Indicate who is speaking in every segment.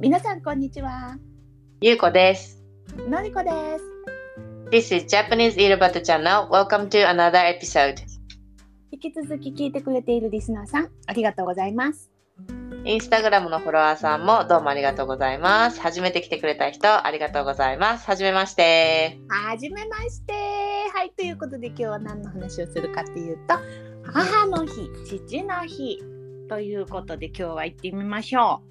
Speaker 1: 皆さんこんにちは。
Speaker 2: ゆうこです。
Speaker 1: のりこです。
Speaker 2: This is Japanese Irobata Channel. Welcome to another episode.
Speaker 1: 引き続き聞いてくれているリスナーさん、ありがとうございます。
Speaker 2: インスタグラムのフォロワーさんもどうもありがとうございます。初めて来てくれた人、ありがとうございます。はじめまして。
Speaker 1: はじめまして。はい、ということで今日は何の話をするかっていうと、母の日、父の日ということで今日は行ってみましょ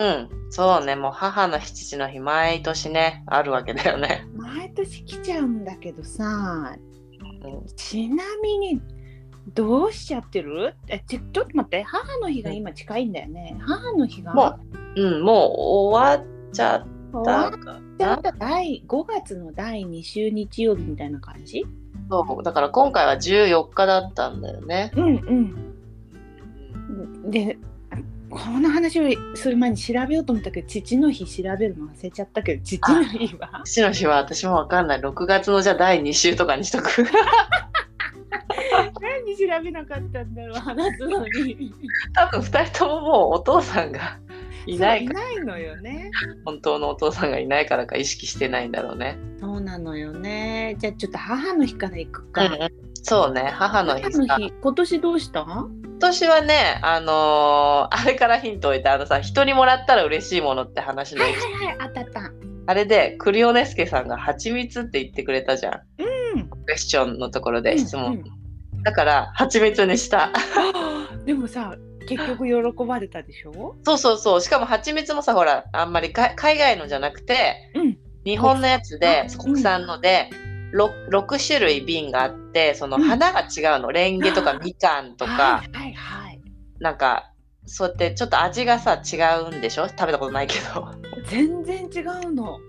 Speaker 2: うん、そうね、もう母の日、父の日、毎年ね、あるわけだよね
Speaker 1: う。。毎年来ちゃうんだけどさ、
Speaker 2: うん
Speaker 1: ちなみにどうしちゃってるえちちょっと待って、母の日が今近いんだよね。母の日が
Speaker 2: もう、うん、もう終わっちゃっ
Speaker 1: 終わ
Speaker 2: た
Speaker 1: っ
Speaker 2: か
Speaker 1: ちゃっ
Speaker 2: な。
Speaker 1: た第5月の第2週日曜日みたいな感じ
Speaker 2: そう、だから今回は14日だったんだよね。
Speaker 1: うんうん。で、この話をする前に調べようと思ったけど、父の日調べるの忘れちゃったけど、父の日は
Speaker 2: 父の日は私もわかんない。6月のじゃあ第2週とかにしとく。
Speaker 1: 何調べなかったんだろう、話すのに。
Speaker 2: 多分2人とももうお父さんがいない
Speaker 1: そう
Speaker 2: か
Speaker 1: ないのよね。
Speaker 2: 本当のお父さんがいないからか意識してないんだろうね。
Speaker 1: そうなのよね。じゃあちょっと母の日から行くか。
Speaker 2: そうね母の日
Speaker 1: 母
Speaker 2: さ
Speaker 1: の
Speaker 2: 今
Speaker 1: 日、今年どうしたん
Speaker 2: 年はねあのーあれ からヒントを得たあのさ人にもらったら嬉しいものって話の、
Speaker 1: はいはいはい、あったあった。
Speaker 2: あれでクリオネスケさんが「蜂蜜」って言ってくれたじゃん。
Speaker 1: うん
Speaker 2: クエスチョンのところで質問、
Speaker 1: うん
Speaker 2: だから蜂蜜にした。
Speaker 1: うん でもさ、結局喜ばれたでしょ
Speaker 2: そうそうそうしかも蜂蜜もさほらあんまりか海外のじゃなくて
Speaker 1: うん。
Speaker 2: 日本のやつで
Speaker 1: あ
Speaker 2: 国産ので、ろ六 6, 種類瓶があってその
Speaker 1: うん
Speaker 2: 花が違うの、レンゲとかみかんとか、
Speaker 1: はいはいはい。
Speaker 2: なんかそうやってちょっと味がさ違うんでしょ食べたことないけど
Speaker 1: 全然違うの。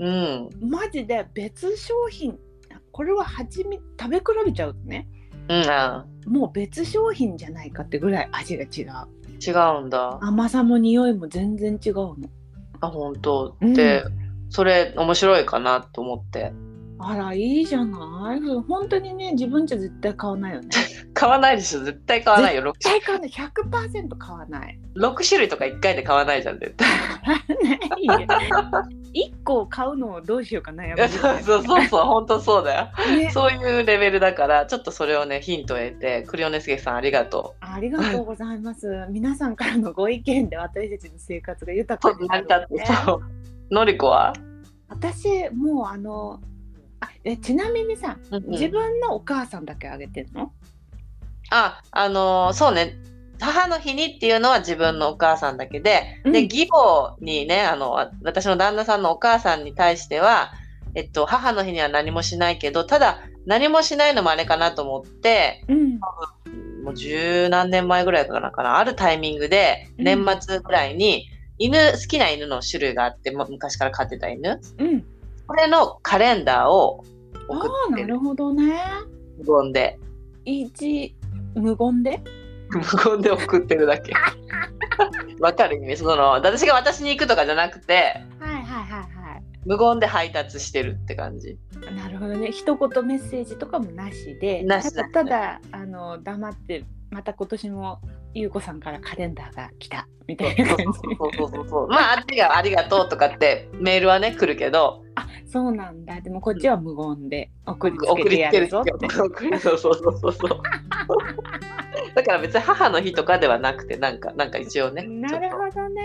Speaker 2: うん
Speaker 1: マジで別商品これは蜂蜜食べ比べちゃうとね
Speaker 2: うんあ
Speaker 1: もう別商品じゃないかってぐらい味が違う
Speaker 2: 違うんだ
Speaker 1: 甘さも匂いも全然違うの
Speaker 2: あ本当
Speaker 1: うん
Speaker 2: で、それ面白いかなと思って
Speaker 1: あらいいじゃない本当にね自分じゃ絶対買わないよね絶
Speaker 2: 買わないでしょ絶対買わないよ 6,
Speaker 1: 対買わない100%買わ ない
Speaker 2: 種類とか1回で買わないじゃん絶対
Speaker 1: 買わないよ一個買うのをどうしようか悩むよね
Speaker 2: そう そうそうそう本当そうだよ
Speaker 1: ね
Speaker 2: そういうレベルだからちょっとそれをねヒントを得てクリオネスケさんありがとう
Speaker 1: ありがとうございます皆さんからのご意見で私たちの生活が豊
Speaker 2: そう
Speaker 1: かに
Speaker 2: 成
Speaker 1: な
Speaker 2: り
Speaker 1: るの
Speaker 2: 立っ
Speaker 1: で
Speaker 2: てそう。のりこは、
Speaker 1: 私もうあのあえちなみにさ自分のお母さんだけあげてんの、
Speaker 2: ああのーそうね母の日にっていうのは自分のお母さんだけで、
Speaker 1: うん
Speaker 2: で義母にねあのわ私の旦那さんのお母さんに対しては、えっと、母の日には何もしないけどただ何もしないのもあれかなと思って
Speaker 1: うん、
Speaker 2: もう十何年前ぐらいかなかなあるタイミングで
Speaker 1: うん
Speaker 2: 年末ぐらいに、犬好きな犬の種類があってもう昔から飼ってた犬
Speaker 1: うん、
Speaker 2: これのカレンダーを
Speaker 1: あ
Speaker 2: 送
Speaker 1: あ
Speaker 2: っ
Speaker 1: な
Speaker 2: て
Speaker 1: る
Speaker 2: る
Speaker 1: ほどね
Speaker 2: 無言で。
Speaker 1: 一無言で
Speaker 2: 無言で送ってるだけ。 わかる意味その私が私に行くとかじゃなくて
Speaker 1: はいはいは
Speaker 2: 無言で配達してるって感じ。
Speaker 1: いはいなるほどね一言メッセージとかもなしで
Speaker 2: なしだね
Speaker 1: ただただあの黙ってまた今年も優子さんからカレンダーが来たみたいな感じ
Speaker 2: そうそうそうそう。まああっちがありがとうとかってメールはね来るけど
Speaker 1: あそうなんだでもこっちは無言で送りつ
Speaker 2: 送
Speaker 1: けて
Speaker 2: り
Speaker 1: や
Speaker 2: つけ
Speaker 1: る
Speaker 2: る
Speaker 1: ぞって
Speaker 2: 送り そうそうそうそうそう。 だから別に母の日とかではなくてなんかなんか一応ねちょ
Speaker 1: な
Speaker 2: っ
Speaker 1: る
Speaker 2: と
Speaker 1: ほどね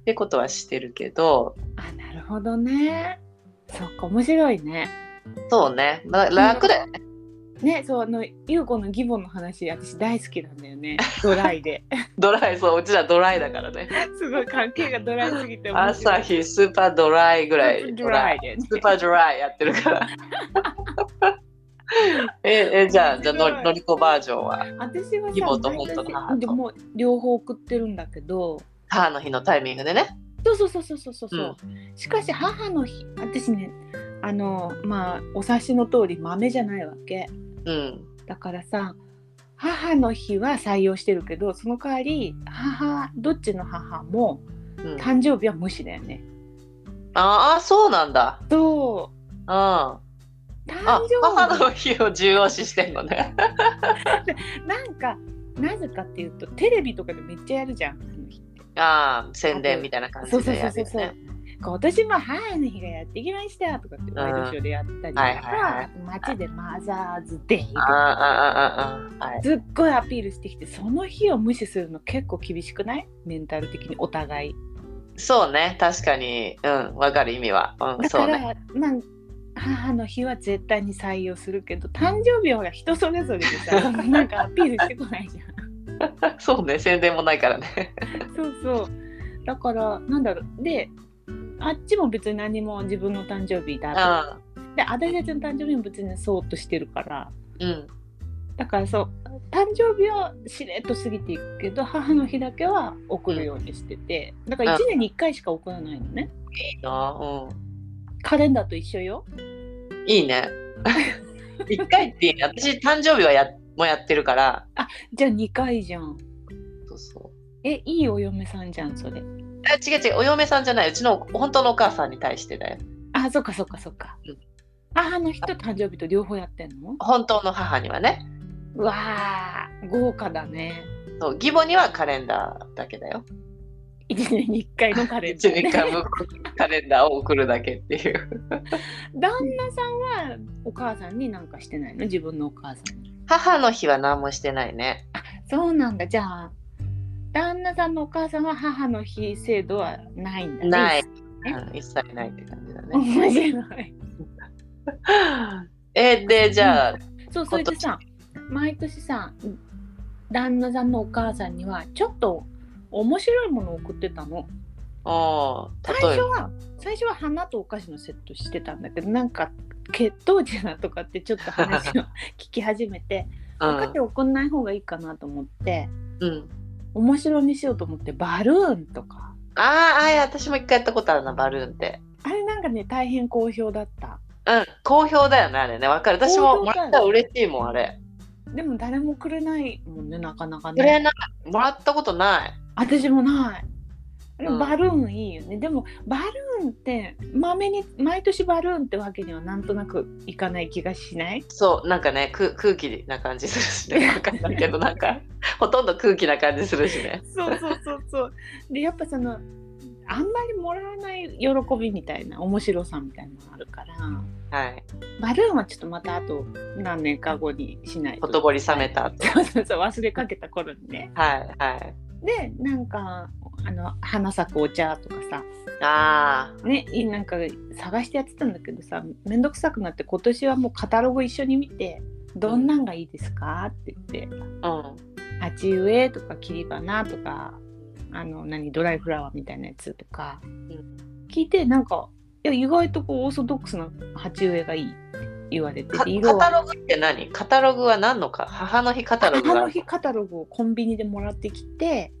Speaker 2: ってことはしてるけど
Speaker 1: あなるほどねそっか面白いね
Speaker 2: そうね、まあ、楽だよね。
Speaker 1: ねそうあの優子の義母の話私大好きなんだよ ねドライで
Speaker 2: ドライそううちらドライだからね。
Speaker 1: すごい関係がドライすぎて面白
Speaker 2: 朝
Speaker 1: い
Speaker 2: 日スーパードライぐらい。
Speaker 1: ドライで、ね
Speaker 2: スーパードライやってるから。 え、え、じゃあ、じゃあ、のりのりこバージョンは、
Speaker 1: 私はさ
Speaker 2: 義母と本当
Speaker 1: 毎
Speaker 2: の母と
Speaker 1: 年でも両方送ってるんだけど
Speaker 2: 母の日のタイミングでね。
Speaker 1: そうそうそうそうそうそう、しかし母の日私ねあのまあお察しの通り豆じゃないわけ
Speaker 2: うん。
Speaker 1: だからさ母の日は採用してるけどその代わり母どっちの母も
Speaker 2: うん、あ
Speaker 1: 誕生日は無視だよね。
Speaker 2: あー、そうなんだ。
Speaker 1: そ
Speaker 2: うん。あ、
Speaker 1: う誕生日
Speaker 2: 母の日を重要視してんのね。
Speaker 1: なんかなぜかっていうとテレビとかでめっちゃやるじゃん母の日って
Speaker 2: ああ、宣伝みたいな感
Speaker 1: そう
Speaker 2: じ
Speaker 1: そう
Speaker 2: で
Speaker 1: そ
Speaker 2: や
Speaker 1: う
Speaker 2: る
Speaker 1: そ
Speaker 2: よ
Speaker 1: うそう、
Speaker 2: ね。
Speaker 1: 今年も母の日がやってきましたとかってワイドショーでやったりとか、
Speaker 2: はいはいはい
Speaker 1: 街でマザーズデイと
Speaker 2: あ
Speaker 1: か
Speaker 2: あ、ああ、ああ、はい。
Speaker 1: すっごいアピールしてきてその日を無視するの結構厳しくないメンタル的にお互い
Speaker 2: そうね、確かに、うん、わかる意味は。うん、
Speaker 1: だ
Speaker 2: そ
Speaker 1: か
Speaker 2: うね。
Speaker 1: ら、なん母の日は絶対に採用するけど誕生日は人それぞれで さなんかアピールしてこないじゃん
Speaker 2: そうね、宣伝もないからね。
Speaker 1: そうそう。だから、なんだろう。で、あっちも別に何も自分の誕生日だ
Speaker 2: ああ、
Speaker 1: と。で、私たちの誕生日も別にそうとしてるから。
Speaker 2: うん。
Speaker 1: だからそう、誕生日はしれっと過ぎていくけど、母の日だけは送るようにしてて。だから
Speaker 2: うん
Speaker 1: 1年に1回しか送らないのね。
Speaker 2: いいな、う
Speaker 1: カレンダーと一緒よ。
Speaker 2: ん。いいね。 一回っていいね。私、誕生日はやもやってるから。
Speaker 1: じゃあ2回じゃん。
Speaker 2: そうそう。
Speaker 1: え、いいお嫁さんじゃん、それ。
Speaker 2: あ違う違う、お嫁さんじゃない、うちの本当のお母さんに対してだよ。
Speaker 1: あ、そっかそっかそっか
Speaker 2: うん。
Speaker 1: 母の日と誕生日と両方やってんの
Speaker 2: 本当の母にはね。
Speaker 1: うわー、豪華だね。
Speaker 2: そう義母にはカレンダーだけだよ。
Speaker 1: 1年に1回のカレンダ
Speaker 2: 一
Speaker 1: ー、ね。
Speaker 2: 年間向こうにカレンダーを送るだけって いう。
Speaker 1: 旦那さんはお母さんになんかしてないの自分のお母さんに
Speaker 2: 母の日は何もしてないね。
Speaker 1: そうなんだじゃあ旦那さんのお母さんは母の日制度はないんだね
Speaker 2: ない。
Speaker 1: え
Speaker 2: うん、一切ないって感じだね。
Speaker 1: 面白い
Speaker 2: えーでじゃあ
Speaker 1: そうそれでさ毎年さ旦那さんのお母さんにはちょっと面白いものを送ってたの
Speaker 2: お
Speaker 1: 最
Speaker 2: ー例
Speaker 1: 初
Speaker 2: えば
Speaker 1: は最初は花とお菓子のセットしてたんだけどなんか血糖値だとかってちょっと話を聞き始めてお菓子送んない方がいいかなと思って
Speaker 2: うんうん、
Speaker 1: 面白にしようと思ってバルーンとか
Speaker 2: あーあー私も一回やったことあるなバルーンって。
Speaker 1: あれなんかね大変好評だった
Speaker 2: うん好評だよねあれねわかる私も
Speaker 1: 好
Speaker 2: も
Speaker 1: 評だ
Speaker 2: ら
Speaker 1: よね
Speaker 2: ったら嬉しいもんあれ。
Speaker 1: でも誰もくれないもんねなかなか
Speaker 2: くれ
Speaker 1: ね
Speaker 2: ないもらったことない。
Speaker 1: 私もないあれ
Speaker 2: うん
Speaker 1: バルーンいいよね、でもバルーンってまめに毎年バルーンってわけにはなんとなくいかない気がしない
Speaker 2: そうなんかねく空気な感じ するしねわかんないけどなんかほとんど空気な感じするしね。
Speaker 1: そうそうそうそう でやっぱそのあんまりもらわない喜びみたいな面白さみたいなのがあるから
Speaker 2: はい。
Speaker 1: バルーンはちょっとまたあと何年か後にしない
Speaker 2: ほ
Speaker 1: と
Speaker 2: とぼり冷めた後。
Speaker 1: そうそうそう忘れかけた頃にね
Speaker 2: はいはい。
Speaker 1: でなんかあの花咲くお茶とかさ
Speaker 2: ああ
Speaker 1: ねいなんか探してやってたんだけどさ面倒くさくなって今年はもうカタログ一緒に見て「どんなんがいいですか?」って言って
Speaker 2: うん
Speaker 1: 「鉢植え」とか「切り花」とかあの何ドライフラワーみたいなやつとか、聞いてなんかいや意外とこうオーソドックスな鉢植えがいいって言われて
Speaker 2: か
Speaker 1: て
Speaker 2: カタ
Speaker 1: は
Speaker 2: ログって何カタログは何のか母の日カタログ
Speaker 1: 母
Speaker 2: が
Speaker 1: の日カタログをコンビニでもらってきて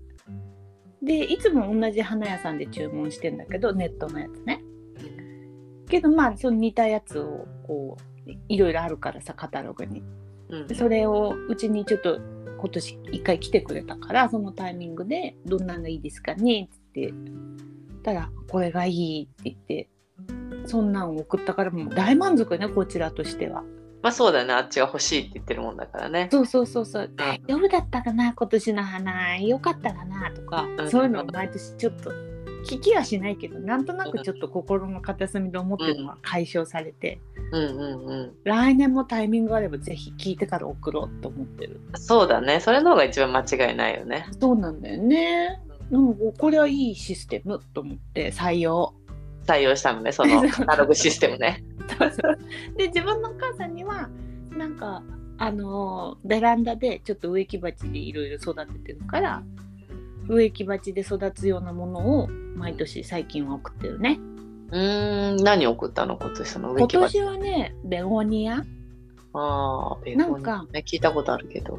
Speaker 1: でいつも同じ花屋さんで注文してんだけどネットのやつねけどまあその似たやつをこういろいろあるからさカタログに
Speaker 2: うん
Speaker 1: それをうちにちょっと今年一回来てくれたからそのタイミングで「どんなのがいいですかね?」って言ってたら「これがいい」って言ってそんなんを送ったからもう大満足よねこちらとしては。
Speaker 2: まあそうだよね、あっちは欲しいって言ってるもんだからね。
Speaker 1: そうそうそうそう
Speaker 2: はい
Speaker 1: 大丈夫だったかな今年の花良かったかなとか、
Speaker 2: うん
Speaker 1: そういうのを毎年ちょっと聞きはしないけどなんとなくちょっと心の片隅で思ってるのは解消されて、
Speaker 2: うんうんうん。
Speaker 1: 来年もタイミングがあればぜひ聞いてから送ろうと思ってる
Speaker 2: そうだね、それの方が一番間違いないよね。
Speaker 1: そうなんだよねうん、これはいいシステムと思って採用
Speaker 2: 採用したのね、その カタログシステムね。
Speaker 1: で自分のお母さんにはなんかあのーベランダでちょっと植木鉢でいろいろ育ててるから植木鉢で育つようなものを毎年最近は送ってるね
Speaker 2: うーん、何送ったの今年その植
Speaker 1: 今
Speaker 2: 木鉢。
Speaker 1: 年はねベゴニア
Speaker 2: ああ、
Speaker 1: なんか
Speaker 2: ベゴニアね聞いたことあるけど。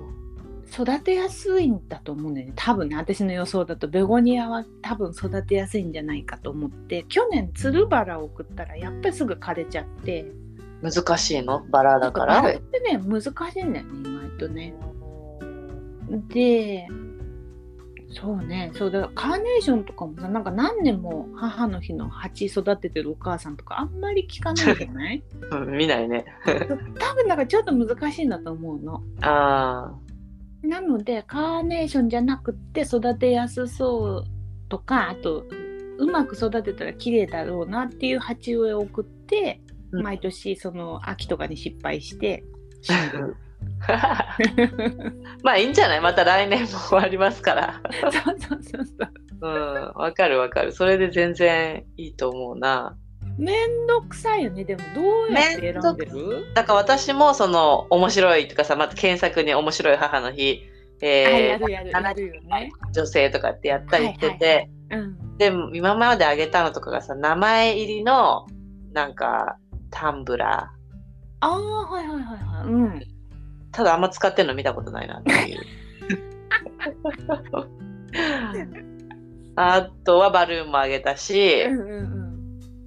Speaker 1: 育てやすいんだと思うんだよね多分ね私の予想だとベゴニアは多分育てやすいんじゃないかと思って去年つるバラを送ったらやっぱりすぐ枯れちゃって。
Speaker 2: 難しいのバラだか
Speaker 1: あ
Speaker 2: ら。
Speaker 1: れってね難しいんだよね意外とね。でそうねそうだカーネーションとかもさなんか何年も母の日の鉢育ててるお母さんとかあんまり聞かないじゃ ない
Speaker 2: うん見ないね。
Speaker 1: 多分なんかちょっと難しいんだと思うの。
Speaker 2: ああ、
Speaker 1: なのでカーネーションじゃなくて育てやすそうとかあとうまく育てたら綺麗だろうなっていう鉢植えを送って、
Speaker 2: うん
Speaker 1: 毎年その秋とかに失敗して死ん でる
Speaker 2: まあいいんじゃないまた来年も終わりますから。
Speaker 1: そうそうそうそう
Speaker 2: うん、わかるわかる。それで全然いいと思うな。
Speaker 1: めんどくさいよねでもどうやって選んでる
Speaker 2: だから私もその面白いとかさ、また検索に面白い母の日、
Speaker 1: あ
Speaker 2: え
Speaker 1: や
Speaker 2: ー
Speaker 1: るやるやるよね、
Speaker 2: 女性とかってやったりしてて、
Speaker 1: はいうん、
Speaker 2: でも今まであげたのとかがさ、名前入りのなんかタンブラー。
Speaker 1: ああはいはいはいはいうん
Speaker 2: ただあんま使ってるの見たことないなっ ていう。あとはバルーンもあげたし、
Speaker 1: うんうん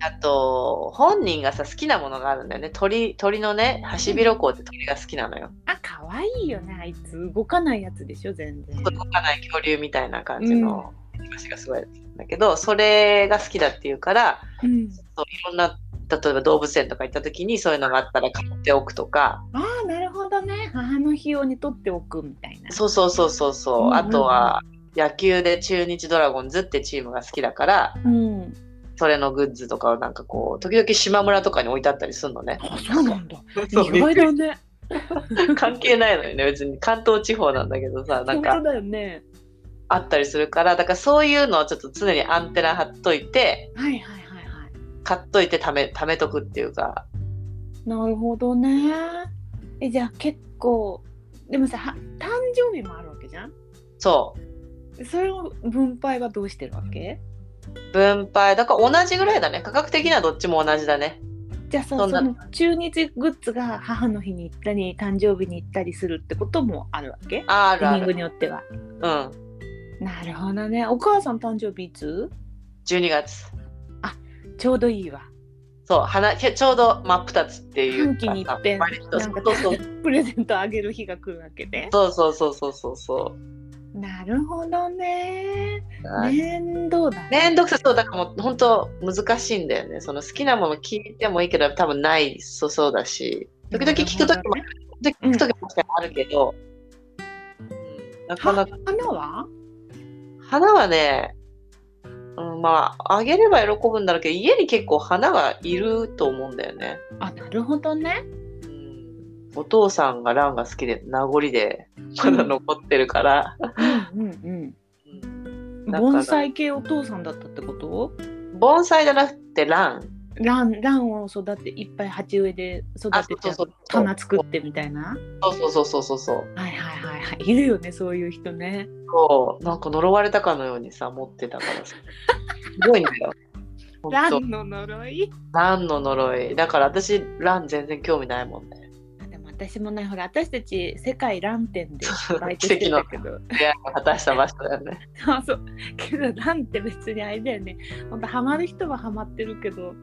Speaker 2: あと、本人がさ、好きなものがあるんだよね。鳥、鳥のね、ハシビロコウって鳥が好きなのよ。
Speaker 1: あ可愛いよねあいつ動かないやつでしょ全然
Speaker 2: 動かない恐竜みたいな感じの話がすごいんだけど、それが好きだっていうから、
Speaker 1: うん
Speaker 2: そういろんな、例えば動物園とか行った時にそういうのがあったら買っておくとか、
Speaker 1: ああなるほどね母の日用に取っておくみたいな
Speaker 2: そうそうそうそうそう、
Speaker 1: うんうん
Speaker 2: あとは野球で中日ドラゴンズってチームが好きだから、
Speaker 1: うん
Speaker 2: それのグッズとかをなんかこう、時々島村とかに置いてあったりするのね。
Speaker 1: あそうなんだ意
Speaker 2: そう
Speaker 1: 外だね
Speaker 2: 関係ないのよね、別に。関東地方なんだけどさ、なん
Speaker 1: 本
Speaker 2: か
Speaker 1: 当。だよね
Speaker 2: あったりするからだからそういうのをちょっと常にアンテナ張っといて
Speaker 1: はいはいはいはい
Speaker 2: 買っといてため貯めとくっていうか
Speaker 1: なるほどねえじゃあ結構でもさは誕生日もあるわけじゃん
Speaker 2: そう
Speaker 1: それを分配はどうしてるわけ
Speaker 2: 分配だから同じぐらいだね価格的にはどっちも同じだね
Speaker 1: じゃあさ
Speaker 2: そ
Speaker 1: そ
Speaker 2: んな
Speaker 1: の中日グッズが母の日に行ったり誕生日に行ったりするってこともあるわけ
Speaker 2: あ
Speaker 1: タイ
Speaker 2: るあ
Speaker 1: ミングに
Speaker 2: る
Speaker 1: よっては
Speaker 2: うん
Speaker 1: なるほどねお母さん誕生日いつ
Speaker 2: 12月
Speaker 1: ちょうどいいわ
Speaker 2: そう花ちょうど真っ二つっていう
Speaker 1: 半期に一遍
Speaker 2: 割と
Speaker 1: なんか
Speaker 2: そうそう
Speaker 1: プレゼントあげる日が来るわけで
Speaker 2: そうそうそうそうそうそう
Speaker 1: なるほどね
Speaker 2: はい
Speaker 1: 面倒だね
Speaker 2: 面倒くさそうだからもう本当難しいんだよねその好きなもの聞いてもいいけど多分ないそうそうだし時々聞く時も
Speaker 1: なる
Speaker 2: で聞くときもあるけど、うんなか
Speaker 1: ほど
Speaker 2: な
Speaker 1: ねは花
Speaker 2: か
Speaker 1: は
Speaker 2: 花はね、うん、まああげれば喜ぶんだろうけど家に結構花がいると思うんだよね、
Speaker 1: あなるほどね
Speaker 2: うん、お父さんがランが好きで名残でまだ残ってるから、
Speaker 1: うんうん
Speaker 2: うん
Speaker 1: うん
Speaker 2: だから
Speaker 1: 盆栽系お父さんだったってこと
Speaker 2: 盆栽じゃなくてラン
Speaker 1: ランランを育ていっぱい鉢植えで育てちゃ
Speaker 2: あそうそううそう
Speaker 1: 花作ってみたいな
Speaker 2: そうそうそうそうそうそう
Speaker 1: はいはいはいはいいるよねそういう人ね
Speaker 2: そうなんか呪われたかのようにさ持ってたからさすごいんだ よほん
Speaker 1: ラ
Speaker 2: と
Speaker 1: ンの呪い
Speaker 2: ランの呪いだから私ラン全然興味ないもんね
Speaker 1: あでも私もねほら私たち世界ラン店でバイトしてたけど
Speaker 2: 出会いを果たした場所だよね。
Speaker 1: そうそうけどランって別にあれだよねほんとハマる人はハマってるけど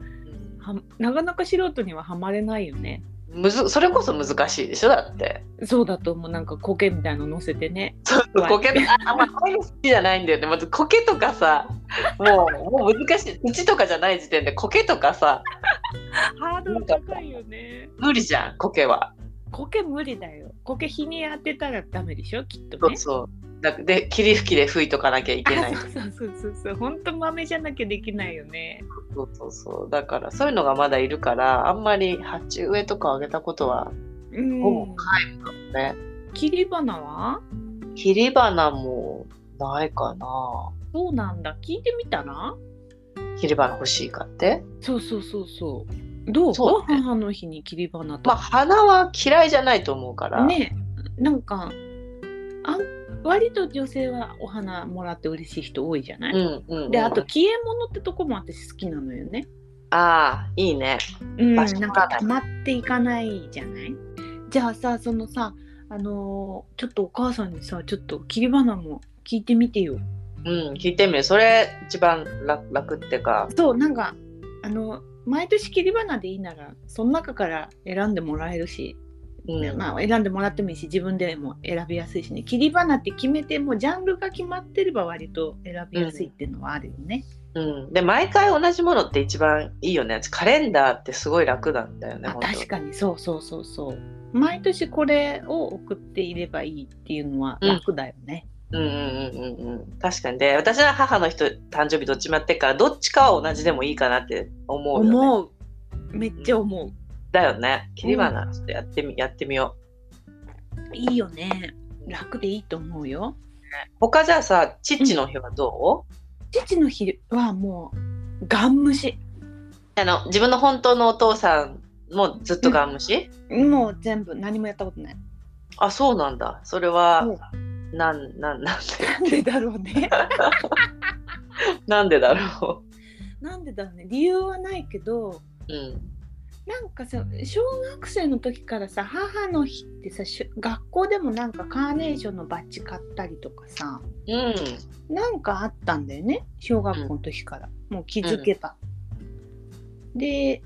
Speaker 1: はなかなか素人にはハマれないよね
Speaker 2: むずそれこそ難しいでしょだって。
Speaker 1: そうだと思うなんか苔みたいの乗せてねはい
Speaker 2: コケとああんまこういうの好きじゃないんだよね。まずコケとかさ、もうもう難しい。土とかじゃない時点でコケとかさ、
Speaker 1: ハードル高いよね
Speaker 2: 無理じゃん、コケは。
Speaker 1: 苔無理だよ苔日に当てたらダメでしょきっと
Speaker 2: そ
Speaker 1: ね
Speaker 2: うそう。だで、霧吹きで吹いとかなきゃいけない。
Speaker 1: あ そうそうそうそうそう本当豆じゃなきゃできないよね
Speaker 2: そうそうそう。だから、そういうのがまだいるから、あんまり鉢植えとかあげたことは
Speaker 1: うん
Speaker 2: ほぼないかもね。
Speaker 1: 切り花は
Speaker 2: 切り花もないかな。
Speaker 1: そうなんだ聞いてみたら
Speaker 2: 切り花欲しいかって。
Speaker 1: そうそうそうそう。どう
Speaker 2: そうだね
Speaker 1: 母の日に切り花と
Speaker 2: ま
Speaker 1: か。
Speaker 2: あ、花は嫌いじゃないと思うから。
Speaker 1: ねなんかあん割と女性はお花もらって嬉しい人多いじゃない、
Speaker 2: うんうんうん、
Speaker 1: であと消え物ってとこも私好きなのよね。
Speaker 2: ああいいね
Speaker 1: うん、な
Speaker 2: 場
Speaker 1: ん
Speaker 2: 所が
Speaker 1: か溜まっていかないじゃないじゃあさそのさあのーちょっとお母さんにさちょっと切り花も聞いてみてよ。
Speaker 2: うん聞いてみるそれ一番楽楽ってか
Speaker 1: そうなんかあの毎年切り花でいいならその中から選んでもらえるし
Speaker 2: うん、
Speaker 1: ねまあ、選んでもらってもいいし自分でも選びやすいしね切り花って決めてもうジャンルが決まってれば割と選びやすいっていうのはあるよね。
Speaker 2: うん、で毎回同じものって一番いいよねカレンダーってすごい楽なんだよね
Speaker 1: あ
Speaker 2: 本当
Speaker 1: 確かにそうそうそうそう毎年これを送っていればいいっていうのは楽だよね。
Speaker 2: うんうんうんうんうん。確かに。で、私は母の人、誕生日どっちもやってっから、どっちかは同じでもいいかなって思うよ、ね。
Speaker 1: 思うめっちゃ思う、
Speaker 2: だよね。切り花、ちょっとやってみ、やってみよ
Speaker 1: いいよね楽でいいと思うよ
Speaker 2: う。他じゃあさ、父の日はどう、
Speaker 1: 父の日はもうガン無視
Speaker 2: あの、自分の本当のお父さんもずっとガン虫、
Speaker 1: もう全部何もやったことない
Speaker 2: あ、そうなんだ。それは、なん、なん、なん
Speaker 1: なんでだろうね
Speaker 2: で、 なんでだろ
Speaker 1: なんでだろうね理由はないけど
Speaker 2: う。うん。
Speaker 1: なんかさ小学生の時からさ母の日ってさしゅ学校でもなんかカーネーションのバッジ買ったりとかさ
Speaker 2: うん。
Speaker 1: なんかあったんだよね小学校の時から、もう気づけば。で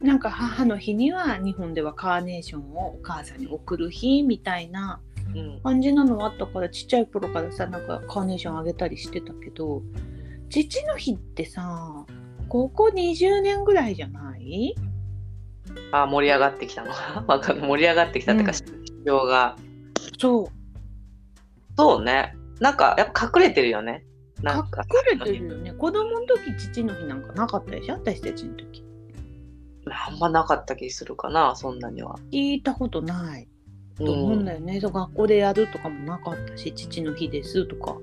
Speaker 1: なんか母の日には日本ではカーネーションをお母さんに送る日みたいな
Speaker 2: うん。
Speaker 1: 感じなのはあったからちっちゃい頃からさなんかカーネーションあげたりしてたけど父の日ってさここ20年ぐらいじゃない
Speaker 2: あ、盛り上がってきたの か。わかんない。盛り上がってきたってか、
Speaker 1: うん
Speaker 2: 市場が。
Speaker 1: そう
Speaker 2: そうね。なんか、やっぱ隠れてるよね。なんか。
Speaker 1: 隠れてるよね子供の時父の日なんかなかったでしょ私たちの時
Speaker 2: あんまなかった気するかな、そんなには。
Speaker 1: 聞いたことないと
Speaker 2: う
Speaker 1: 思うん
Speaker 2: ん
Speaker 1: だよね、そう学校でやるとかもなかったし父の日ですとか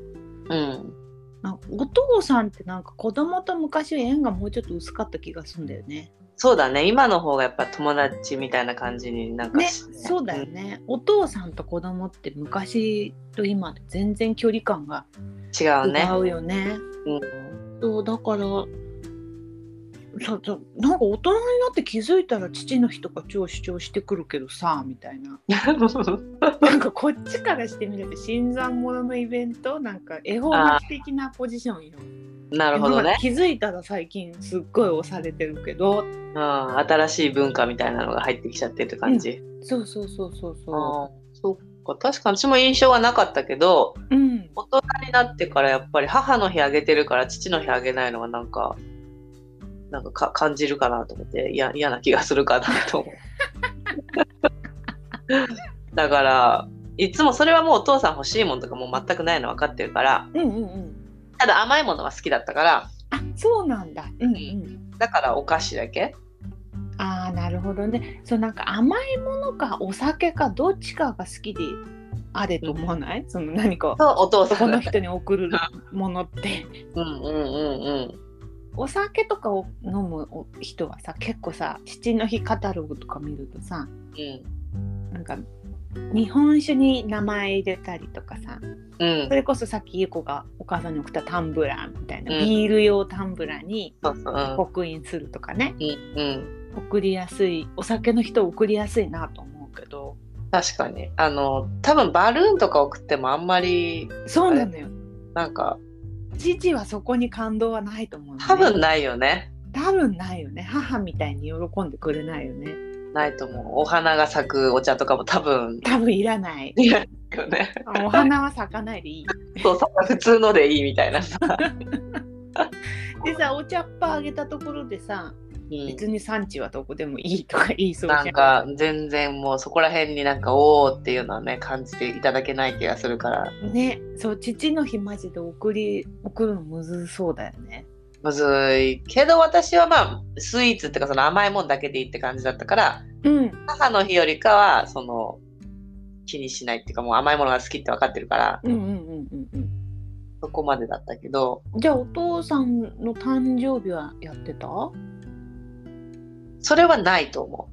Speaker 2: うん。
Speaker 1: なんかお父さんってなんか子供と昔は縁がもうちょっと薄かった気がするんだよね
Speaker 2: そうだね。今の方がやっぱ友達みたいな感じになんか
Speaker 1: ね
Speaker 2: し、
Speaker 1: そうだよね、お父さんと子供って昔と今で全然距離感が
Speaker 2: 違うね。
Speaker 1: 違うよね
Speaker 2: うん。
Speaker 1: そうだからそうそうなんか大人になって気づいたら父の日とか超主張してくるけどさみたいななんかこっちからしてみると新参者のイベントなんか恵方巻き的なポジションよ。
Speaker 2: なるほど
Speaker 1: なん
Speaker 2: ね
Speaker 1: か。気づいたら最近すっごい押されてるけど
Speaker 2: うん。新しい文化みたいなのが入ってきちゃってる感じ。
Speaker 1: そうそうそうそう
Speaker 2: あ
Speaker 1: そ
Speaker 2: あ、そっか。確かに私も印象はなかったけど、
Speaker 1: う。うん、
Speaker 2: 大人になってからやっぱり母の日あげてるから父の日あげないのがなんか、なんかか感じるかなと思って、いや嫌な気がするかなと 思う。だから、いつもそれはもうお父さん欲しいものとかもう全くないの分かってるから、
Speaker 1: うんうんうん。
Speaker 2: ただ甘いものが好きだったから、
Speaker 1: あそうなんだ。うんうん。
Speaker 2: だからお菓子だけ。
Speaker 1: ああなるほどね。そうなんか甘いものかお酒かどっちかが好きであれと思わない、その何か
Speaker 2: そう、お父さ
Speaker 1: 男
Speaker 2: ん
Speaker 1: の
Speaker 2: だ。
Speaker 1: 人に送るものって。
Speaker 2: うんうんうん
Speaker 1: お酒とかを飲む人はさ結構さ父の日カタログとか見るとさ
Speaker 2: うん。
Speaker 1: なんか日本酒に名前入れたりとかさ
Speaker 2: うん。うん
Speaker 1: そ。れこそさっきゆこがお母さんに送ったタンブラーみたいな、
Speaker 2: うん
Speaker 1: ビール用タンブラーに
Speaker 2: そうそう。
Speaker 1: 刻印するとかね
Speaker 2: うん。うん。
Speaker 1: 送りやすいお酒の人送りやすいなと思うけど
Speaker 2: 確かに。あの、多分バルーンとか送ってもあんまり、
Speaker 1: そうなのよ
Speaker 2: なんか、
Speaker 1: 父はそこに感動はないと思う、ね、
Speaker 2: 多分ないよね。
Speaker 1: 多分ないよね母みたいに喜んでくれないよね
Speaker 2: ないと思う。お花が咲くお茶とかも多分、
Speaker 1: 多分いらない
Speaker 2: いや、よね。
Speaker 1: あお花は咲かない でいい
Speaker 2: そう、普通のでいいみたい なさ。
Speaker 1: でさお茶っ葉あげたところでさ
Speaker 2: うん
Speaker 1: 別に産地はどこでもいいとか言いそうじゃ
Speaker 2: なんんか全然もうそこら辺になんかおーっていうのはね感じていただけない気がするから
Speaker 1: ねそう父の日マジで送り送るのむずそうだよね
Speaker 2: むずいけど私はまあスイーツっていうかその甘いもんだけでいいって感じだったから
Speaker 1: うん
Speaker 2: 母の日よりかはその気にしないっていうかもう甘いものが好きって分かってるから
Speaker 1: うんうんうんうんうん
Speaker 2: そこまでだったけど
Speaker 1: じゃあお父さんの誕生日はやってた
Speaker 2: それはないと思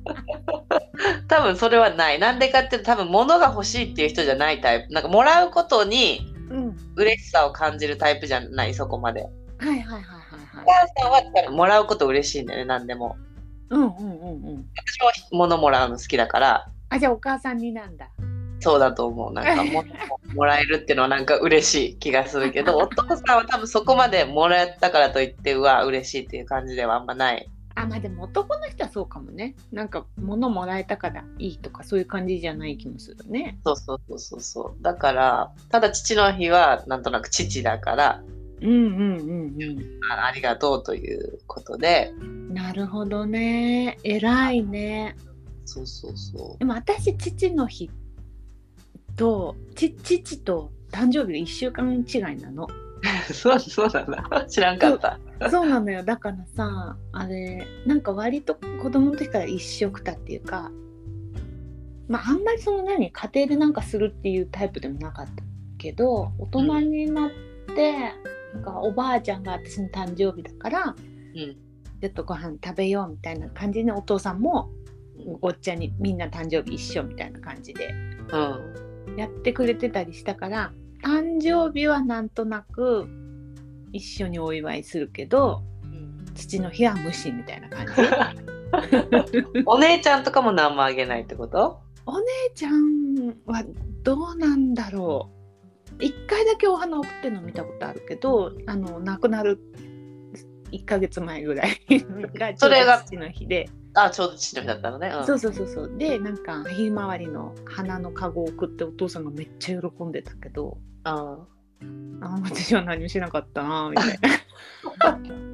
Speaker 2: う多分それはないなんでかっていうと多分物が欲しいっていう人じゃないタイプなんかもらうことに
Speaker 1: うん
Speaker 2: 嬉しさを感じるタイプじゃないそこまで
Speaker 1: はいはいはいはい
Speaker 2: お
Speaker 1: はい
Speaker 2: 母さんは多分もらうこと嬉しいんだよね何でも
Speaker 1: うんうんうんうん
Speaker 2: 私も物もらうの好きだから
Speaker 1: あじゃあお母さんになんだ
Speaker 2: そうだと思うなんか物ももらえるっていうのはなんか嬉しい気がするけどお父さんは多分そこまでもらったからといってうわ嬉しいっていう感じではあんまない
Speaker 1: あまあでも男の人はそうかもねなんか物もらえたからいいとかそういう感じじゃない気もするね
Speaker 2: そうそうそうそうそうだからただ父の日はなんとなく父だから
Speaker 1: うんうんうんうん
Speaker 2: あありがとうということで
Speaker 1: なるほどね偉いね
Speaker 2: そうそうそ
Speaker 1: でも私父の日とち父と誕生日が1週間違いなの
Speaker 2: そう、そうなんだ。知らんかった。
Speaker 1: そうなのよだからさあれなんか割と子供の時から一緒くたっていうかまああんまりその何家庭でなんかするっていうタイプでもなかったけど大人になって、なんかおばあちゃんが私の誕生日だから
Speaker 2: うん。
Speaker 1: ちょっとご飯食べようみたいな感じでお父さんもごっちゃにみんな誕生日一緒みたいな感じで
Speaker 2: うん。
Speaker 1: やってくれてたりしたから誕生日はなんとなく一緒にお祝いするけど父の日は無視みたいな 感じ。
Speaker 2: お姉ちゃんとかも何もあげないってこと
Speaker 1: お姉ちゃんはどうなんだろう一回だけお花送ってるの見たことあるけどあの亡くなる1ヶ月前ぐらい が
Speaker 2: それが
Speaker 1: 父の日で、
Speaker 2: あ、ちょうど父の日だったのね。うん、
Speaker 1: そうそうそうそうでなんかひまわりの花のカゴを送ってお父さんがめっちゃ喜んでたけど
Speaker 2: うん
Speaker 1: あー私は何もしなかったなみたい な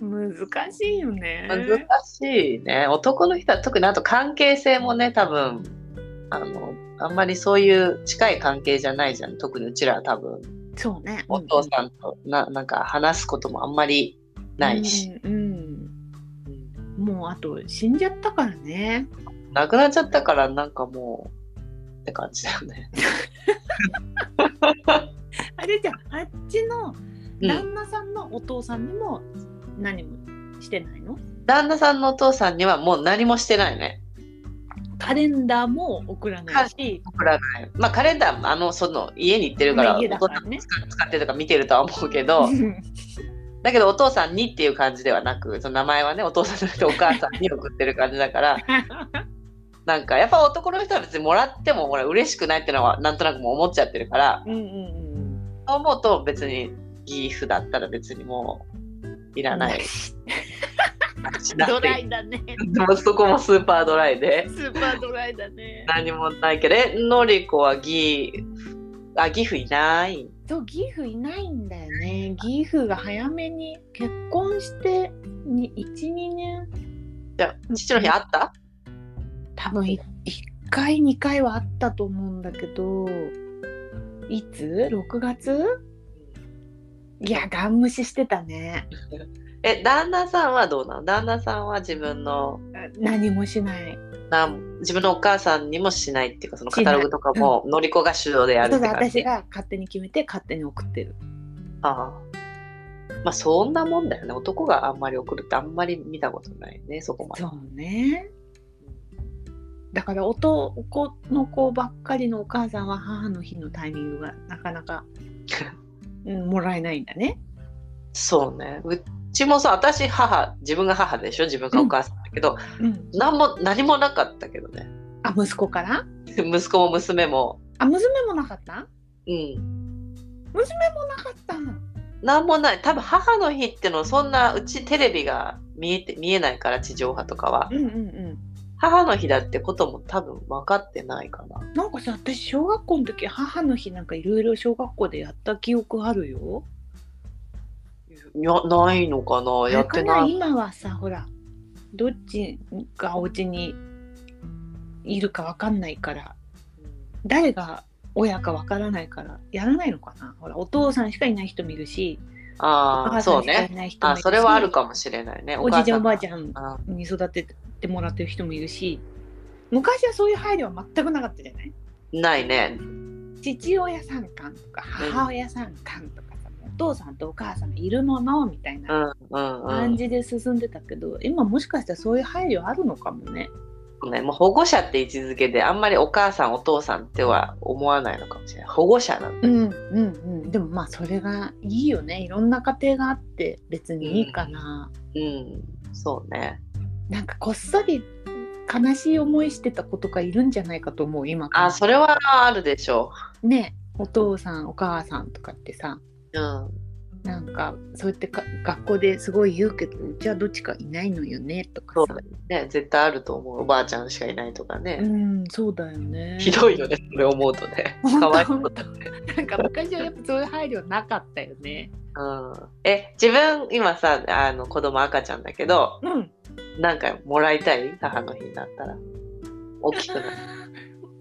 Speaker 1: 難しいよね
Speaker 2: 難しいね。男の人は特にあと関係性もね、多分、あの、あんまりそういう近い関係じゃないじゃん。特にうちらは多分、
Speaker 1: そうね
Speaker 2: お父さんとななんか話すこともあんまりないし。
Speaker 1: うんうんもうあと死んじゃったからね。
Speaker 2: なくなっちゃったからなんかもうって感じだよね。
Speaker 1: あれじゃんあっちの
Speaker 2: うん、
Speaker 1: 旦那さんのお父さんにも何もしてないの、
Speaker 2: 旦那さんのお父さんにはもう何もしてないね。
Speaker 1: カレンダーも送らないし、
Speaker 2: 送らない。まあカレンダーあのその家に行ってるから
Speaker 1: まあ家
Speaker 2: 大
Speaker 1: だ
Speaker 2: 人
Speaker 1: からね
Speaker 2: 使使ってるとか見てるとは思うけどだけどお父さんにっていう感じではなくその名前はねお父さんじゃなくてお母さんに送ってる感じだから なんかやっぱ男の人は別にもらってもほら嬉しくないってのはなんとなくもう思っちゃってるから
Speaker 1: うんうんうん。
Speaker 2: そう思うと別にギーフだったら別にもういら ない。しな
Speaker 1: ド
Speaker 2: くていい
Speaker 1: ライだね。
Speaker 2: でもそこもスーパードライで
Speaker 1: スーパードライだね。
Speaker 2: 何もないけどえのりこはギーあギフいない
Speaker 1: そうギフいないんだよね。ギフが早めに結婚してに1、2年
Speaker 2: じゃあ父の日あった
Speaker 1: 多分1回2回はあったと思うんだけどいつ ?6 月いやガン無視してたね
Speaker 2: え旦那さんはどうなの旦那さんは自分の
Speaker 1: 何もしない
Speaker 2: なん自分のお母さんにもしないっていうかその
Speaker 1: しな
Speaker 2: カ
Speaker 1: い
Speaker 2: タログとかものりこが主導でやる
Speaker 1: た
Speaker 2: って
Speaker 1: だ
Speaker 2: 感
Speaker 1: 私
Speaker 2: じ
Speaker 1: が勝手に決めて勝手に送ってる
Speaker 2: ああまあそんなもんだよね男があんまり送るってあんまり見たことないねそこまで
Speaker 1: そうねだから男の子ばっかりのお母さんは母の日のタイミングがなかなか、うん、もらえないんだね
Speaker 2: そうねうちもさ私母自分が母でしょ自分がお母さんだけど、
Speaker 1: うん
Speaker 2: なん、も何もなかったけどね
Speaker 1: あ息子から
Speaker 2: 息子も娘も、
Speaker 1: あ娘もなかった
Speaker 2: うん、
Speaker 1: 娘もなかったの
Speaker 2: なんもない多分母の日ってのそんなうちテレビが見えて見えないから地上波とかは
Speaker 1: うんうんうん
Speaker 2: 母の日だってことも多分分かってないかな
Speaker 1: なんかさ私小学校の時母の日なんかいろいろ小学校でやった記憶あるよ。
Speaker 2: いやないのかなやって
Speaker 1: あ
Speaker 2: な
Speaker 1: れか
Speaker 2: い
Speaker 1: な今はさほらどっちがお家にいるかわかんないから誰が親かわからないからやらないのかなほらお父さんしかいない人もいるしお
Speaker 2: ああ
Speaker 1: 母さ
Speaker 2: そ
Speaker 1: ん
Speaker 2: う
Speaker 1: しかい
Speaker 2: ね
Speaker 1: ない人もい
Speaker 2: あ
Speaker 1: るし
Speaker 2: それはあるかもしれないね
Speaker 1: おじいちゃんおばあち
Speaker 2: ん
Speaker 1: ゃん
Speaker 2: あ
Speaker 1: に育ててもらってる人もいるし昔はそういう配慮は全くなかったじゃない
Speaker 2: ないね
Speaker 1: 父親参観とか母親参観とかさ、お父さんとお母さんがいるものみたいな
Speaker 2: うんうんう
Speaker 1: 感
Speaker 2: ん
Speaker 1: じで進んでたけど、今もしかしたらそういう配慮あるのかもね。
Speaker 2: ね、もう保護者って位置づけであんまりお母さんお父さんっては思わないのかもしれない保護者なんだ
Speaker 1: うんうんうん、でもまあそれがいいよねいろんな家庭があって別にいいかな、
Speaker 2: うんそうね
Speaker 1: なんかこっそり悲しい思いしてた子とかいるんじゃないかと思う今から
Speaker 2: あそれはあるでしょ
Speaker 1: ねお父さんお母さんとかってさ
Speaker 2: ううん
Speaker 1: なんかそうやってか学校ですごい言うけどうちはどっちかいないのよねと
Speaker 2: そ
Speaker 1: か
Speaker 2: う
Speaker 1: さ
Speaker 2: だよね絶対あると思うおばあちゃんしかいないとかね、
Speaker 1: うん、そうだよね。
Speaker 2: ひどいよねそれ思うとねかわいそう
Speaker 1: 本当本当なんか昔はやっぱそういう配慮なかったよね。
Speaker 2: うん、え自分今さあの子供赤ちゃんだけど
Speaker 1: うん。
Speaker 2: なんかもらいたい母の日になったら大きく なる。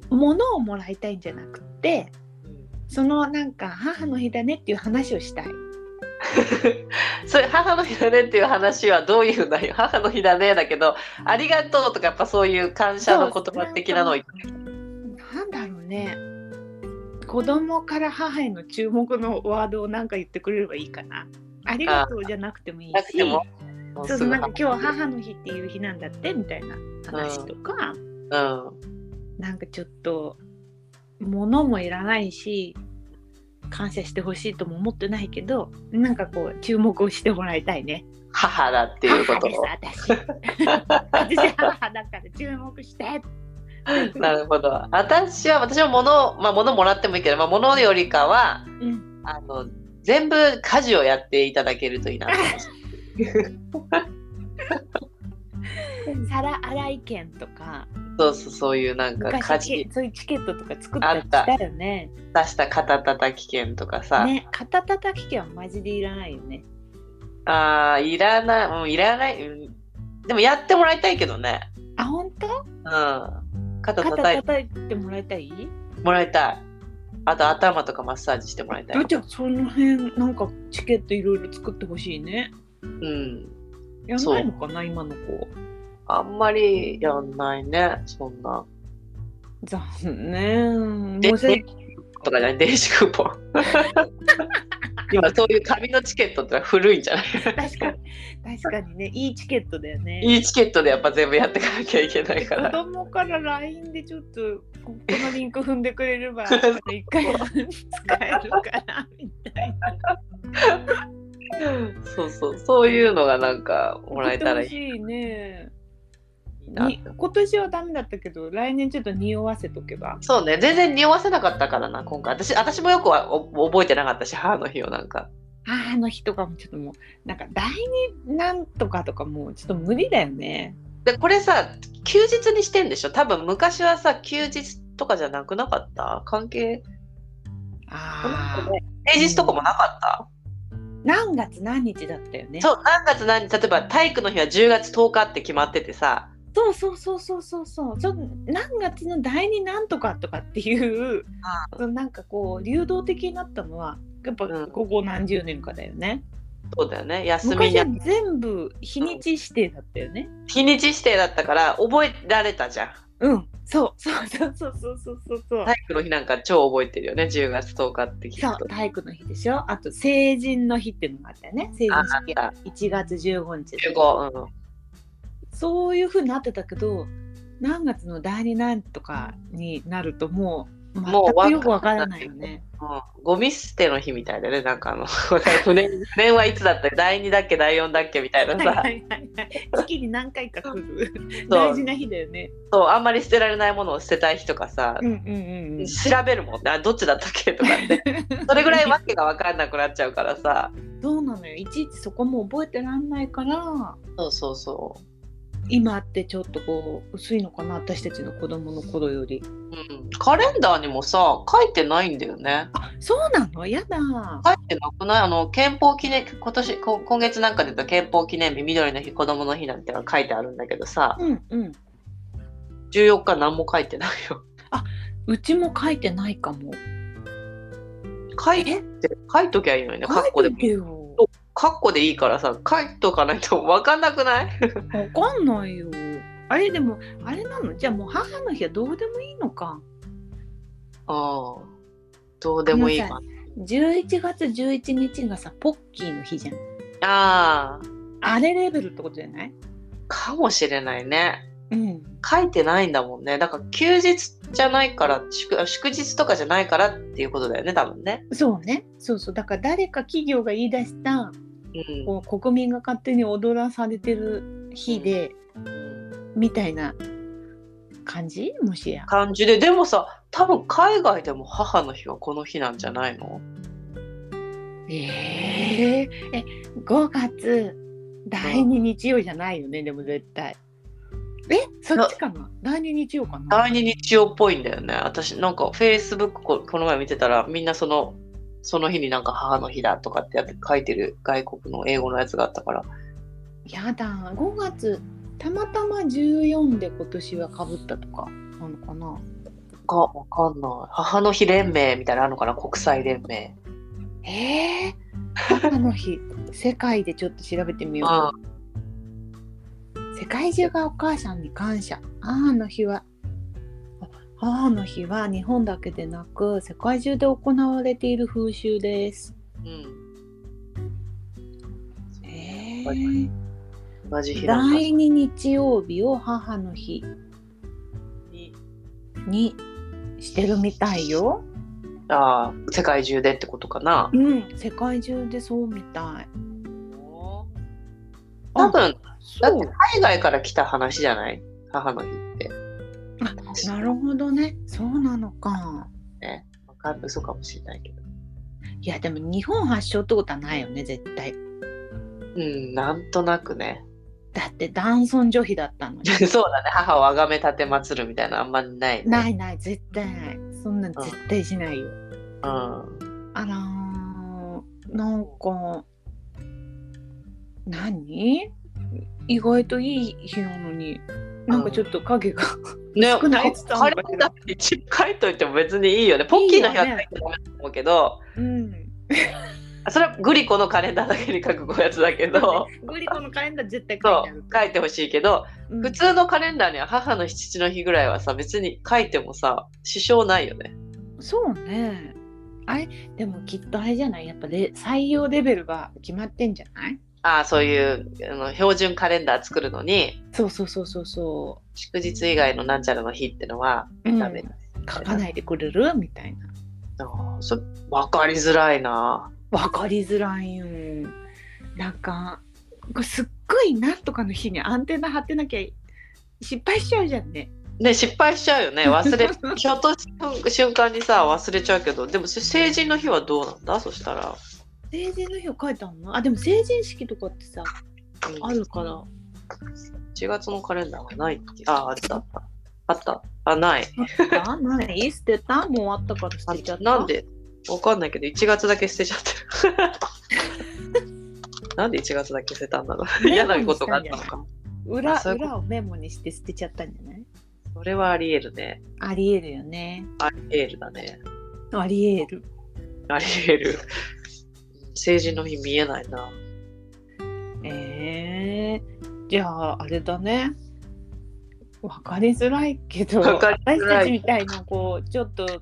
Speaker 1: 物をもらいたいんじゃなくって
Speaker 2: うん
Speaker 1: そのなんか母の日だねっていう話をしたい
Speaker 2: それ母の日だねっていう話はどういう内容母の日だねだけどありがとうとかやっぱそういう感謝の言葉的なのを言って
Speaker 1: なんだろうね子供から母への注目のワードをなんか言ってくれればいいかなありがとうじゃなくてもいい
Speaker 2: なく
Speaker 1: して
Speaker 2: ももう
Speaker 1: そう
Speaker 2: す
Speaker 1: そう
Speaker 2: ぐ
Speaker 1: なんか今日母の日っていう日なんだってみたいな話とか、
Speaker 2: うん
Speaker 1: なんかちょっと物もいらないし感謝してほしいとも思ってないけどなんかこう注目をしてもらいたいね。
Speaker 2: 母だっていう こと
Speaker 1: 母です私私母だから注目して
Speaker 2: をなるほど私は私は物をまあ物もらってもいいけど、まあ、物よりかは
Speaker 1: うん、
Speaker 2: あの全部家事をやっていただけ るといいなと思います
Speaker 1: 皿洗い券とか
Speaker 2: そうそうそういうなんか家
Speaker 1: 昔
Speaker 2: 事
Speaker 1: そういうチケットとか作ったりしたよね。
Speaker 2: 出した肩たたき券とかさ、
Speaker 1: ね肩たたき券はマジでいらないよね。
Speaker 2: あーいらない、うん、いらない、うん、でもやってもらいたいけどね
Speaker 1: あ本当
Speaker 2: うん肩
Speaker 1: 肩
Speaker 2: 叩
Speaker 1: た
Speaker 2: いて
Speaker 1: たいてもらいたい
Speaker 2: もらいたい。あと頭とかマッサージしてもらいたい。
Speaker 1: じゃあその辺なんかチケットいろいろ作ってほしいね。
Speaker 2: うん。
Speaker 1: やんないのかな今の子。
Speaker 2: あんまりやんないね、そんな。
Speaker 1: 残念。
Speaker 2: で
Speaker 1: 申し訳
Speaker 2: とかじゃない、電子クー ポン。今、そういう紙のチケットってのは古いんじゃない
Speaker 1: 確かに確かにねいいチケットだよね。
Speaker 2: いいチケットでやっぱ全部やっていかなきゃいけないか
Speaker 1: 子
Speaker 2: ら。
Speaker 1: 供から LINE でちょっとここのリンク踏んでくれれ ば一回分使えるからみたいな。
Speaker 2: そうそう、そういうのがなんかもらえたらいい
Speaker 1: 送ってほしいね。
Speaker 2: なって
Speaker 1: に。今年はダメだったけど来年ちょっと匂わせとけば。
Speaker 2: そうね、全然匂わせなかったからな、今回。私私もよくはお覚えてなかったし、母の日をなんか。
Speaker 1: 母の日とかもちょっともうなんか第二なんとかとかもうちょっと無理だよね。
Speaker 2: で、これさ、休日にしてんでしょ多分昔はさ、休日とかじゃなくなかった関係
Speaker 1: ああ。
Speaker 2: 平日とかもなかった、
Speaker 1: 何月何日だったよね。
Speaker 2: そう何月何日例えば体育の日は10月10日って決まっててさ
Speaker 1: そうそうそうそうそうそうそう何月の第二なんとかとかっていう、そのなんかこう流動的になったのはやっぱ
Speaker 2: うん
Speaker 1: ここ何十年かだよね、
Speaker 2: そうだよね休み
Speaker 1: 昔
Speaker 2: に
Speaker 1: は全部日にち指定だったよね
Speaker 2: 日にち指定だったから覚えられたじゃん
Speaker 1: うん、そうそうそうそうそうそうそうそう、
Speaker 2: 体育の日なんか超覚えてるよね10月10日って聞
Speaker 1: そ
Speaker 2: くと
Speaker 1: う体育の日でしょあと成人の日っていうのがあったよね成人式
Speaker 2: ああ
Speaker 1: が1月15日で
Speaker 2: 15うん
Speaker 1: そういうふうになってたけど何月の第二なんとかになるともう全
Speaker 2: もうわか
Speaker 1: く
Speaker 2: んない
Speaker 1: よくわからないよね
Speaker 2: うんゴミ捨ての日みたいだねなんかあの 不年不年はいつだった第2だっけ第4だっけみたいな
Speaker 1: はい
Speaker 2: さ
Speaker 1: はいはいはい月に何回か来る
Speaker 2: そ
Speaker 1: 大
Speaker 2: う
Speaker 1: 事な日だよね。
Speaker 2: そうあんまり捨てられないものを捨てたい日とかさ、
Speaker 1: うんうんうんうん。
Speaker 2: 調べるもんねあどっちだったっけと かってそれぐらいわけが分かんなくなっちゃうからさ
Speaker 1: そうなのよ。いちいちそこも覚えてらんないから、
Speaker 2: そうそうそう
Speaker 1: 今ってちょっとこう薄いのかな私たちの子供の頃より。
Speaker 2: うんカレンダーにもさ書いてないんだよね
Speaker 1: あ、そうなの？やだ。
Speaker 2: 書いてなくないあの憲法記念今年こ今月なんかで言った憲法記念日緑の日子供の日なんてのが書いてあるんだけどさ
Speaker 1: うんうん。
Speaker 2: 14日何も書いてないよ
Speaker 1: うちも書いてないかも。
Speaker 2: 書いて書いときゃいいのにねカッコ
Speaker 1: 書
Speaker 2: で
Speaker 1: いてよ。
Speaker 2: カッコでいいからさ書いとかないと 分かんなくない
Speaker 1: わかんないよ。あれでもあれなの？じゃあもう母の日はどうでもいいのか。
Speaker 2: ああどうでもいいか
Speaker 1: 11月11日がさポッキーの日じゃん。
Speaker 2: ああ
Speaker 1: あれレベルってことじゃない？
Speaker 2: かもしれないね
Speaker 1: うん。
Speaker 2: 書いてないんだもんねだから休日じゃないから祝祝日とかじゃないからっていうことだよね多分ね
Speaker 1: そうねそうそうだから誰か企業が言い出した
Speaker 2: うん
Speaker 1: こう国民が勝手に踊らされてる日で、みたいな感じもしや
Speaker 2: 感じででもさ多分海外でも母の日はこの日なんじゃないの
Speaker 1: えー、え5月第2日曜じゃないよねでも絶対えそっちかな第2日曜かな
Speaker 2: 第二日曜っぽいんだよね私なんかフェイスブックこの前見てたらみんなそのその日になんか母の日だとかってやって書いてる外国の英語のやつがあったから
Speaker 1: やだ5月たまたま14で今年はかぶったとかなのかな
Speaker 2: かわかんない。母の日連盟みたいなのあるのかな国際連盟。
Speaker 1: えー、あの日 世界でちょっと調べてみよう
Speaker 2: あ
Speaker 1: 世界中がお母さんに感謝母の日はあ母の日は日本だけでなく世界中で行われている風習です
Speaker 2: うん。
Speaker 1: え
Speaker 2: ー同じ日だった
Speaker 1: 第2日曜日を母の日
Speaker 2: に
Speaker 1: にしてるみたいよ
Speaker 2: ああ、世界中でってことかな。
Speaker 1: うん世界中でそうみたい
Speaker 2: 多分、だ
Speaker 1: そ
Speaker 2: って
Speaker 1: う
Speaker 2: 海外から来た話じゃない母の日って。
Speaker 1: あなるほどねそうなのか
Speaker 2: わかん嘘かもしれないけど。
Speaker 1: いやでも日本発祥ってことはないよね絶対
Speaker 2: うん、なんとなくね。
Speaker 1: だって男尊女卑だった のに
Speaker 2: そうだね。母をあがめ立てまつるみたいなのあんまりない、ね。
Speaker 1: ないない絶対ないそんなん絶対しないよ、
Speaker 2: うん。
Speaker 1: あらーなんか何意外といい日なのになんかちょっと影が、
Speaker 2: ね、
Speaker 1: 少ない
Speaker 2: カカレーだって一応書いといても別にいいよね。ポッキーの日は書いてもダメだと思うけど、
Speaker 1: うん、
Speaker 2: それはグリコのカレンダーだけに書くやつだけど、
Speaker 1: グリコのカレンダー絶対書
Speaker 2: そ
Speaker 1: いてある
Speaker 2: う、書いてほしいけど、
Speaker 1: うん
Speaker 2: 普通のカレンダーには母の父の日ぐらいはさ、別に書いてもさ、支障ないよね。
Speaker 1: そうねあれでもきっとあれじゃないやっぱレ採用レベルが決まってんじゃない
Speaker 2: ああ、そういうあの標準カレンダー作るのに、
Speaker 1: そうそうそうそうそ
Speaker 2: 祝日以外のなんちゃらの日ってのは
Speaker 1: う、うん、
Speaker 2: ダメ。
Speaker 1: 書かないでくれるみたいな
Speaker 2: ああそわかりづらいな。
Speaker 1: わかりづらいよなんかこれすっごいなんとかの日にアンテナ張ってなきゃ失敗しちゃうじゃんね
Speaker 2: ね、失敗しちゃう よね。忘れ、ひょっとした瞬間にさ、忘れちゃうけど、でもせ成人の日はどうなんだそしたら。
Speaker 1: 成人の日を書いたのあでも成人式とかってさ
Speaker 2: うん
Speaker 1: あるから
Speaker 2: 1月のカレンダーはないって。あ、あったあった。あった。あ、ない。
Speaker 1: あない捨てたもう終わったから捨てちゃった
Speaker 2: なんでわかんないけど、1月だけ捨てちゃ った。なんで1月だけ捨てたんだろう。嫌なことがあったのか。
Speaker 1: 裏
Speaker 2: あそういうこと
Speaker 1: 裏をメモにして捨てちゃったんじゃない
Speaker 2: それはあり得るね。
Speaker 1: ありえるよね
Speaker 2: あり得るだね。
Speaker 1: ありえる
Speaker 2: あり得る。成人の日見えないな。
Speaker 1: えー、じゃああれだねわかりづらいけど
Speaker 2: わかりづ
Speaker 1: 私
Speaker 2: らい
Speaker 1: たちみたいなこうちょっとズ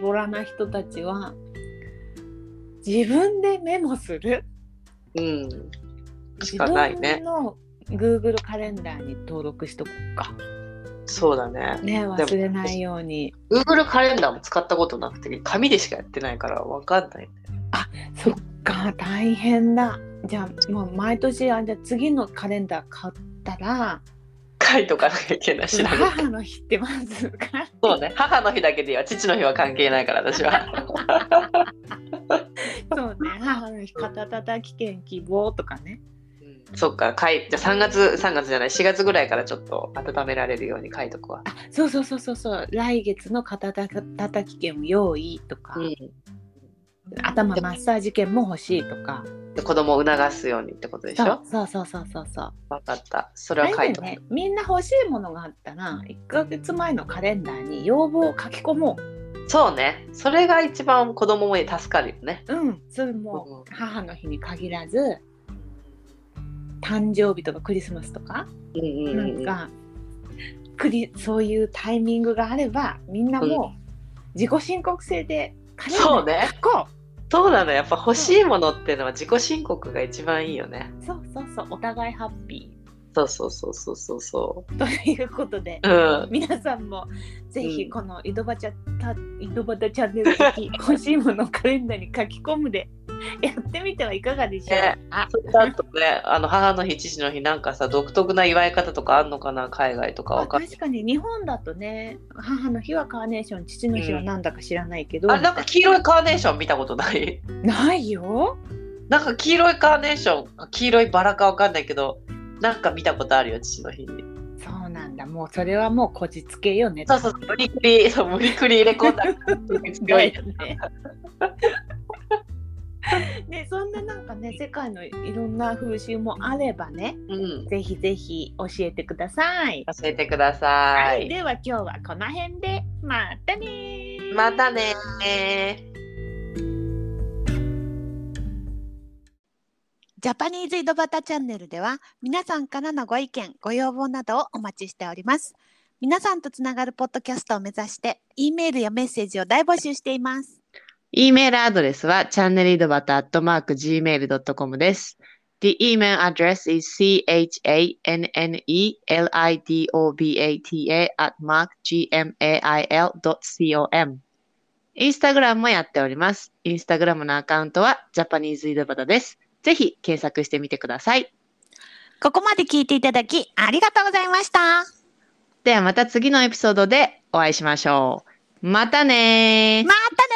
Speaker 1: ボラな人たちは自分でメモする
Speaker 2: うん。
Speaker 1: 自
Speaker 2: しかないね
Speaker 1: 分の Google カレンダーに登録しとこうか
Speaker 2: そうだね。
Speaker 1: ね
Speaker 2: も
Speaker 1: 忘れないように
Speaker 2: Google カレンダーも使ったことなくて、紙でしかやってないからわかんない、ね。
Speaker 1: そっか大変だじゃあもう毎年あじゃあ次のカレンダー買ったら
Speaker 2: 書いとかなきゃいけないしな。
Speaker 1: 母の日ってまず買って
Speaker 2: そうね。母の日だけでは父の日は関係ないから、私は。
Speaker 1: そうね、母の日、肩たたき券希望とかね。
Speaker 2: うんそっか、かい、じゃあ3月、3月じゃない、4月ぐらいからちょっと温められるように書いとくわ。
Speaker 1: あ、そうそうそうそうそう、来月の肩たたき券を用意とか、
Speaker 2: うん。
Speaker 1: 頭マッサージ券も欲しいとか。
Speaker 2: で子供を促すようにってことでし
Speaker 1: そう
Speaker 2: ょ
Speaker 1: そうそうそうそうそう。
Speaker 2: わかった。それ
Speaker 1: あ
Speaker 2: は
Speaker 1: れ
Speaker 2: 書
Speaker 1: だ
Speaker 2: い
Speaker 1: よ
Speaker 2: とく。
Speaker 1: ね、みんな欲しいものがあったら、1ヶ月前のカレンダーに要望を書き込もう。
Speaker 2: そうね。それが一番子供も助かるよね。
Speaker 1: うん、それも母の日に限らず、誕生日とかクリスマスとか、
Speaker 2: うんうん
Speaker 1: な
Speaker 2: うんんうん。
Speaker 1: か、クリそういうタイミングがあれば、みんなもう自己申告制でカレンダー
Speaker 2: そうね。
Speaker 1: 書こう
Speaker 2: そうなの。やっぱ欲しいものっていうのは自己申告が一番いいよね。
Speaker 1: そうそうそう、お互いハッピ
Speaker 2: そうそうそうそうそうそ
Speaker 1: ーということで、
Speaker 2: う。うん。
Speaker 1: 皆さんもぜ
Speaker 2: う
Speaker 1: ひ
Speaker 2: ん
Speaker 1: この井戸端チャた井戸端チャンネル 的欲しいものをカレンダーに書き込むでやってみてはいかがでしょう
Speaker 2: ね
Speaker 1: か。
Speaker 2: それとあとね、あの母の日、父の日なんかさ、独特な祝い方とかあんのかな、海外とか
Speaker 1: あ
Speaker 2: わかんない
Speaker 1: 確かに日本だとね母の日はカーネーション父の日はなんだか知らないけど、
Speaker 2: あれなんか黄色いカーネーション見たことない
Speaker 1: ないよ
Speaker 2: なんか黄色いカーネーション黄色いバラかわかんないけどなんか見たことあるよ父の日に
Speaker 1: そうなんだもうそれはもうこじつけよね
Speaker 2: そうそう無理くり そう 無理くり入れ込んだ強
Speaker 1: だ
Speaker 2: い
Speaker 1: よね。ね、そんななんかね世界のいろんな風習もあればね
Speaker 2: うん。
Speaker 1: ぜひぜひ教えてください。
Speaker 2: 教えてください。
Speaker 1: では今日はこの辺でまたねー
Speaker 2: またねー。
Speaker 3: ジャパニーズ井戸端チャンネルでは皆さんからのご意見ご要望などをお待ちしております皆さんとつながるポッドキャストを目指して E メールやメッセージを大募集しています
Speaker 2: E メールアドレスは channelidobata.gmail.com です。The email address is chanelidobata at mark gmail.com。インスタグラムもやっております。インスタグラムのアカウントは Japanese 井戸端です。ぜひ検索してみてください。
Speaker 3: ここまで聞いていただきありがとうございました
Speaker 2: ではまた次のエピソードでお会いしましょう。またねー。
Speaker 3: またね